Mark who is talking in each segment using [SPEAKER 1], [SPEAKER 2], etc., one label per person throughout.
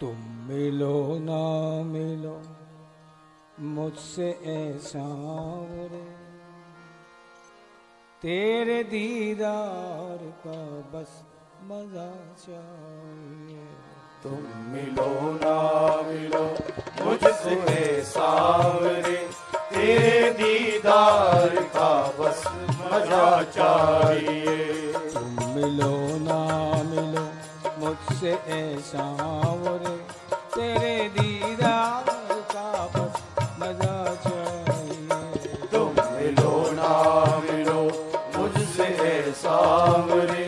[SPEAKER 1] तुम मिलो ना मिलो मुझसे ऐसा रे तेरे दीदार का बस मजा चाहिए
[SPEAKER 2] तुम मिलो ना मिलो मुझसे सावरे तेरे दीदार का बस मजा चाहिए
[SPEAKER 1] तुम मिलो ना मिलो मुझसे ऐसा रे तेरे दीदार का बस मजा चाहिए
[SPEAKER 2] तुम मिलो ना मिलो मुझसे सावरे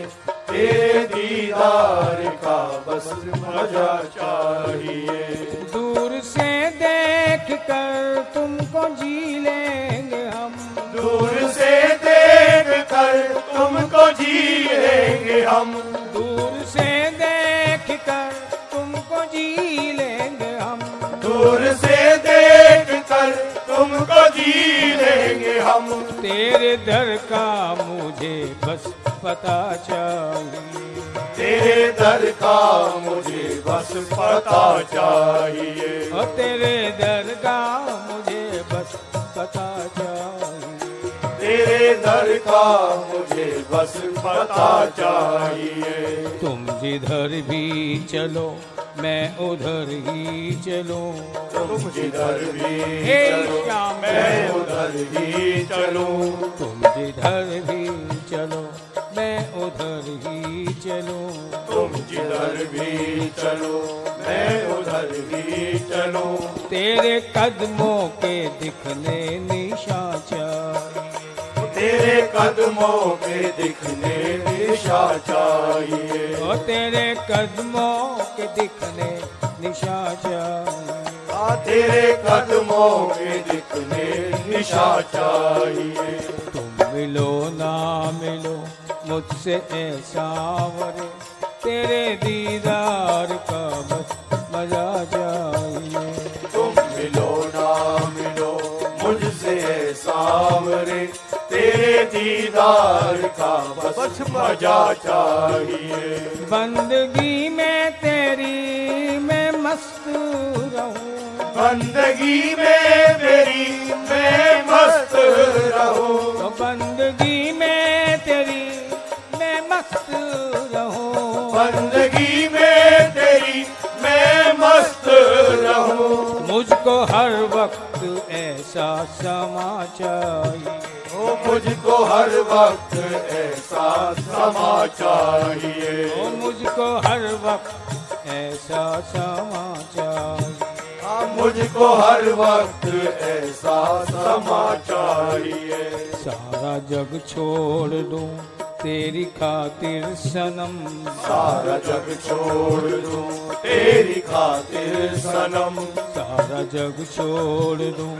[SPEAKER 2] तेरे दीदार का बस मजा चाहिए
[SPEAKER 1] दूर से देख कर तुमको जी लेंगे हम
[SPEAKER 2] दूर से देख कर तुमको जी लेंगे हम
[SPEAKER 1] दूर से देख कर तुमको जी लेंगे हम
[SPEAKER 2] दूर से देख कर तुमको जी लेंगे हम
[SPEAKER 1] तेरे दर का मुझे बस पता चाहिए
[SPEAKER 2] तेरे दर का मुझे बस पता चाहिए
[SPEAKER 1] और तेरे दर का मुझे बस पता चाहिए
[SPEAKER 2] तेरे दर का मुझे बस पता चाहिए
[SPEAKER 1] तुम जिधर भी चलो मैं उधर ही चलूं
[SPEAKER 2] तुम जिधर भी
[SPEAKER 1] हे
[SPEAKER 2] चलो
[SPEAKER 1] श्याम।
[SPEAKER 2] मैं उधर ही चलूं
[SPEAKER 1] तुम जिधर भी चलो मैं उधर ही चलूं
[SPEAKER 2] तुम जिधर भी चलो मैं उधर भी चलूं
[SPEAKER 1] तेरे कदमों के दिखने निशा चाहिए
[SPEAKER 2] तेरे कदमों के दिखने दिशा चाहिए
[SPEAKER 1] और तेरे कदमों के दिखने निशा चाहिए
[SPEAKER 2] आ तेरे कदमों के दिखने दिशा चाहिए
[SPEAKER 1] तुम मिलो ना मिलो मुझसे ऐसा वरे तेरे दीदार का बस मजा चाहिए
[SPEAKER 2] तुम मिलो ना मिलो मुझसे सामने तेरे दीदार का बस मजा चाहिए
[SPEAKER 1] बंदगी में तेरी मैं मस्त रहूं
[SPEAKER 2] बंदगी में मेरी मैं मस्त रहूं
[SPEAKER 1] तो बंदगी में तेरी मैं मस्त रहूं
[SPEAKER 2] बंदगी में तेरी मैं मस्त रहूं
[SPEAKER 1] मुझको हर वक्त ऐसा समा चाहिए
[SPEAKER 2] ओ मुझको हर वक्त ऐसा समा चाहिए
[SPEAKER 1] ओ मुझको हर वक्त ऐसा समा चाहिए
[SPEAKER 2] हाँ, मुझको हर वक्त ऐसा समा चाहिए
[SPEAKER 1] सारा जग छोड़ दूं तेरी खातिर सनम
[SPEAKER 2] सारा जग छोड़ दूं तेरी खातिर सनम
[SPEAKER 1] सारा जग छोड़ दूं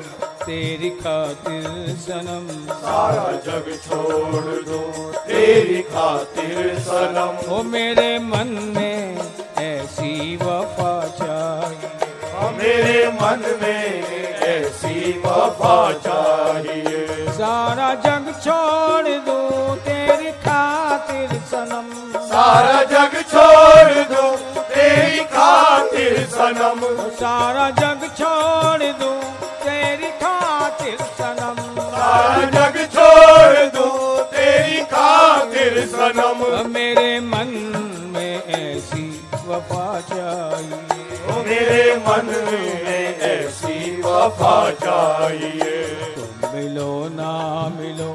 [SPEAKER 1] तेरी खातिर सनम
[SPEAKER 2] सारा जग छोड़ दूं तेरी खातिर सनम
[SPEAKER 1] ओ मेरे मन में ऐसी वफा चाहिए
[SPEAKER 2] मेरे मन में ऐसी वफा चाहिए
[SPEAKER 1] सारा जग छोड़ दूं तेरी खातिर सनम
[SPEAKER 2] सारा जग छोड़ दूं तेरी खातिर सनम
[SPEAKER 1] सारा जग छोड़ दूं तेरी खातिर सनम
[SPEAKER 2] सारा जग छोड़ दूं तेरी खातिर सनम
[SPEAKER 1] मेरे मन में ऐसी वफा चाहिए
[SPEAKER 2] मेरे मन में ऐसी वफा चाहिए
[SPEAKER 1] तुम मिलो ना मिलो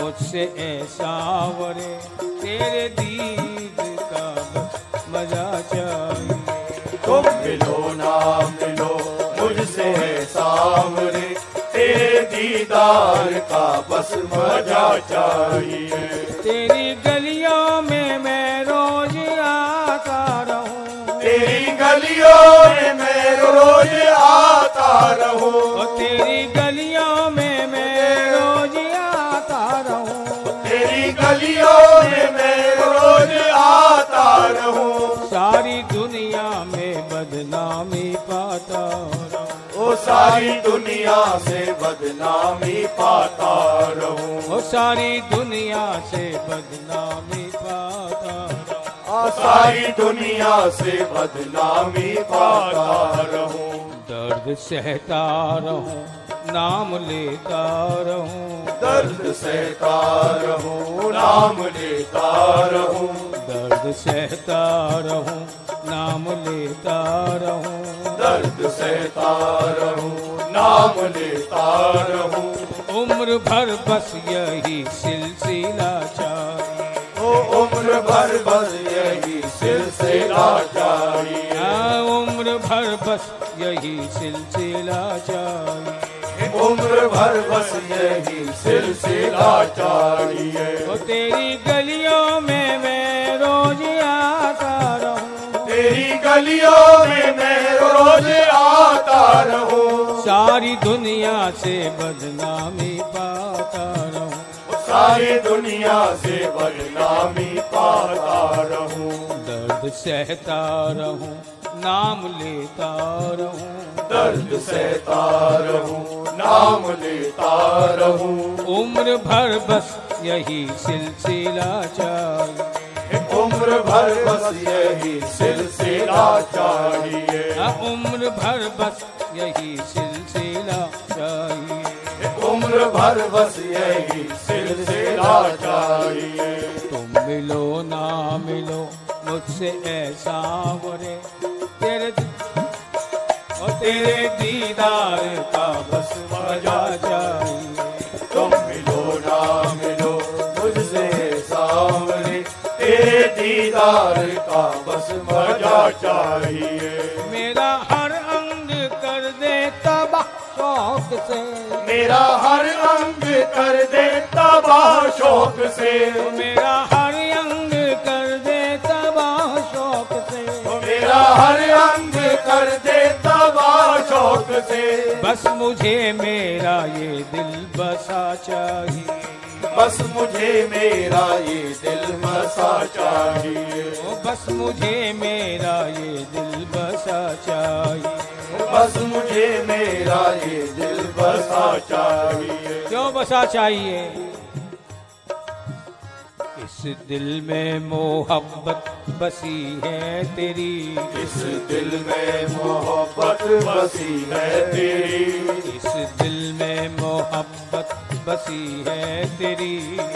[SPEAKER 1] मुझसे ऐसा वरे तेरे दीद का बस मजा चाहिए
[SPEAKER 2] तुम मिलो ना मिलो मुझसे है सामने तेरे दीदार का बस मजा चाहिए
[SPEAKER 1] तेरी गलियों में मैं रोज आता रहूं
[SPEAKER 2] तेरी गलियों में मैं रोज आता रहूं
[SPEAKER 1] और तेरी गलियों में मैं रोज आता रहूं
[SPEAKER 2] तेरी गलियों में मैं रोज आता रहूं
[SPEAKER 1] सारी दुनिया में बदनामी पाता रहूं
[SPEAKER 2] ओ सारी दुनिया से बदनामी पाता रहूं
[SPEAKER 1] और सारी दुनिया से बदनामी पाता रहूं
[SPEAKER 2] आ सारी दुनिया से बदनामी पाता रहूं
[SPEAKER 1] दर्द सहता रहूं नाम लेता रहूं
[SPEAKER 2] दर्द सहता रहूं नाम लेता रहूं
[SPEAKER 1] दर्द सहता रहूं नाम लेता रहूं
[SPEAKER 2] दर्द सहता रहूं नाम लेता रहूं
[SPEAKER 1] उम्र भर बस यही सिलसिला जारी
[SPEAKER 2] ओ उम्र भर बस यही सिलसिला जारी
[SPEAKER 1] हाँ, उम्र भर बस यही सिलसिला जारी
[SPEAKER 2] उम्र भर बस यही सिलसिला जारी है
[SPEAKER 1] वो तेरी गलियों में मैं रोज आता रहूं
[SPEAKER 2] तेरी गलियों में मैं रोज आता रहूं
[SPEAKER 1] सारी दुनिया से बदनामी पाता रहूं
[SPEAKER 2] सारी दुनिया से बदनामी पाता रहूं
[SPEAKER 1] दर्द सहता रहूं नाम लेता रहूं
[SPEAKER 2] दर्द सहता रहूं नाम लेता रहूं
[SPEAKER 1] उम्र भर बस यही सिलसिला जारी
[SPEAKER 2] उम्र भर बस यही सिलसिला चाहिए
[SPEAKER 1] हाँ, उम्र भर बस यही सिलसिला जारी
[SPEAKER 2] उम्र भर बस यही सिलसिला चाहिए
[SPEAKER 1] तुम मिलो ना मिलो मुझसे ऐसा बुरे तेरे और तेरे दीदार का बस मजा चाहिए
[SPEAKER 2] तुम मिलो ना मिलो मुझसे सामने तेरे दीदार का बस मजा चाहिए
[SPEAKER 1] मेरा हर अंग कर दे तबाह शौक से
[SPEAKER 2] मेरा हर अंग कर दे तबाह शौक से
[SPEAKER 1] मेरा हर अंग कर दे तबाह शौक से
[SPEAKER 2] मेरा हर अंग कर दे तबाह शौक से
[SPEAKER 1] बस मुझे मेरा ये दिल बसा चाहिए
[SPEAKER 2] बस मुझे मेरा ये दिल मसा चाहिए
[SPEAKER 1] ओ बस मुझे मेरा ये दिल बसा चाहिए
[SPEAKER 2] बस मुझे मेरा ये दिल बसा चाहिए
[SPEAKER 1] क्यों बसा चाहिए इस दिल में मोहब्बत बसी है तेरी
[SPEAKER 2] इस दिल में मोहब्बत बसी है तेरी
[SPEAKER 1] इस दिल में मोहब्बत बसी है तेरी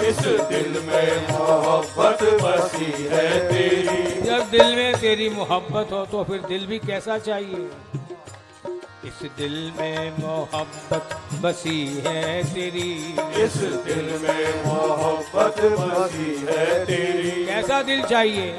[SPEAKER 2] इस दिल में मोहब्बत बसी है तेरी
[SPEAKER 1] जब दिल में तेरी मोहब्बत हो तो फिर दिल भी कैसा चाहिए इस दिल में मोहब्बत बसी है तेरी
[SPEAKER 2] इस दिल में मोहब्बत बसी है तेरी
[SPEAKER 1] कैसा दिल चाहिए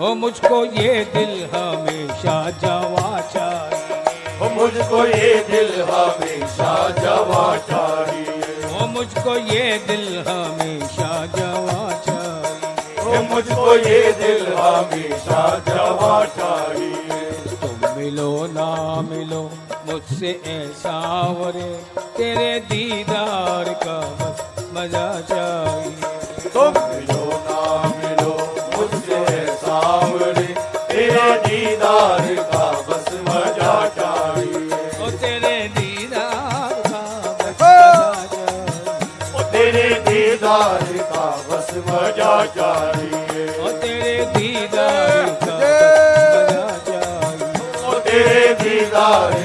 [SPEAKER 1] ओ मुझको ये दिल हमेशा जवा चाहिए
[SPEAKER 2] ओ मुझको ये दिल हमेशा जवा चाहिए
[SPEAKER 1] ओ मुझको ये दिल हमेशा जवा चाहिए
[SPEAKER 2] ओ मुझको ये दिल हमेशा जवा चाहिए
[SPEAKER 1] तुम मिलो ना मिलो मुझसे ऐसा वरे तेरे दीदार का बस मजा चाहिए
[SPEAKER 2] तुम मिलो ना मिलो मुझसे सामने तेरे दीदार का बस मजा चाहिए
[SPEAKER 1] ओ तेरे दीदार का बस मजा चाहिए
[SPEAKER 2] ओ तेरे दीदार का बस मजा चाहिए
[SPEAKER 1] ओ तेरे दीदार का बस मजा चाहिए
[SPEAKER 2] ओ तेरे दीदार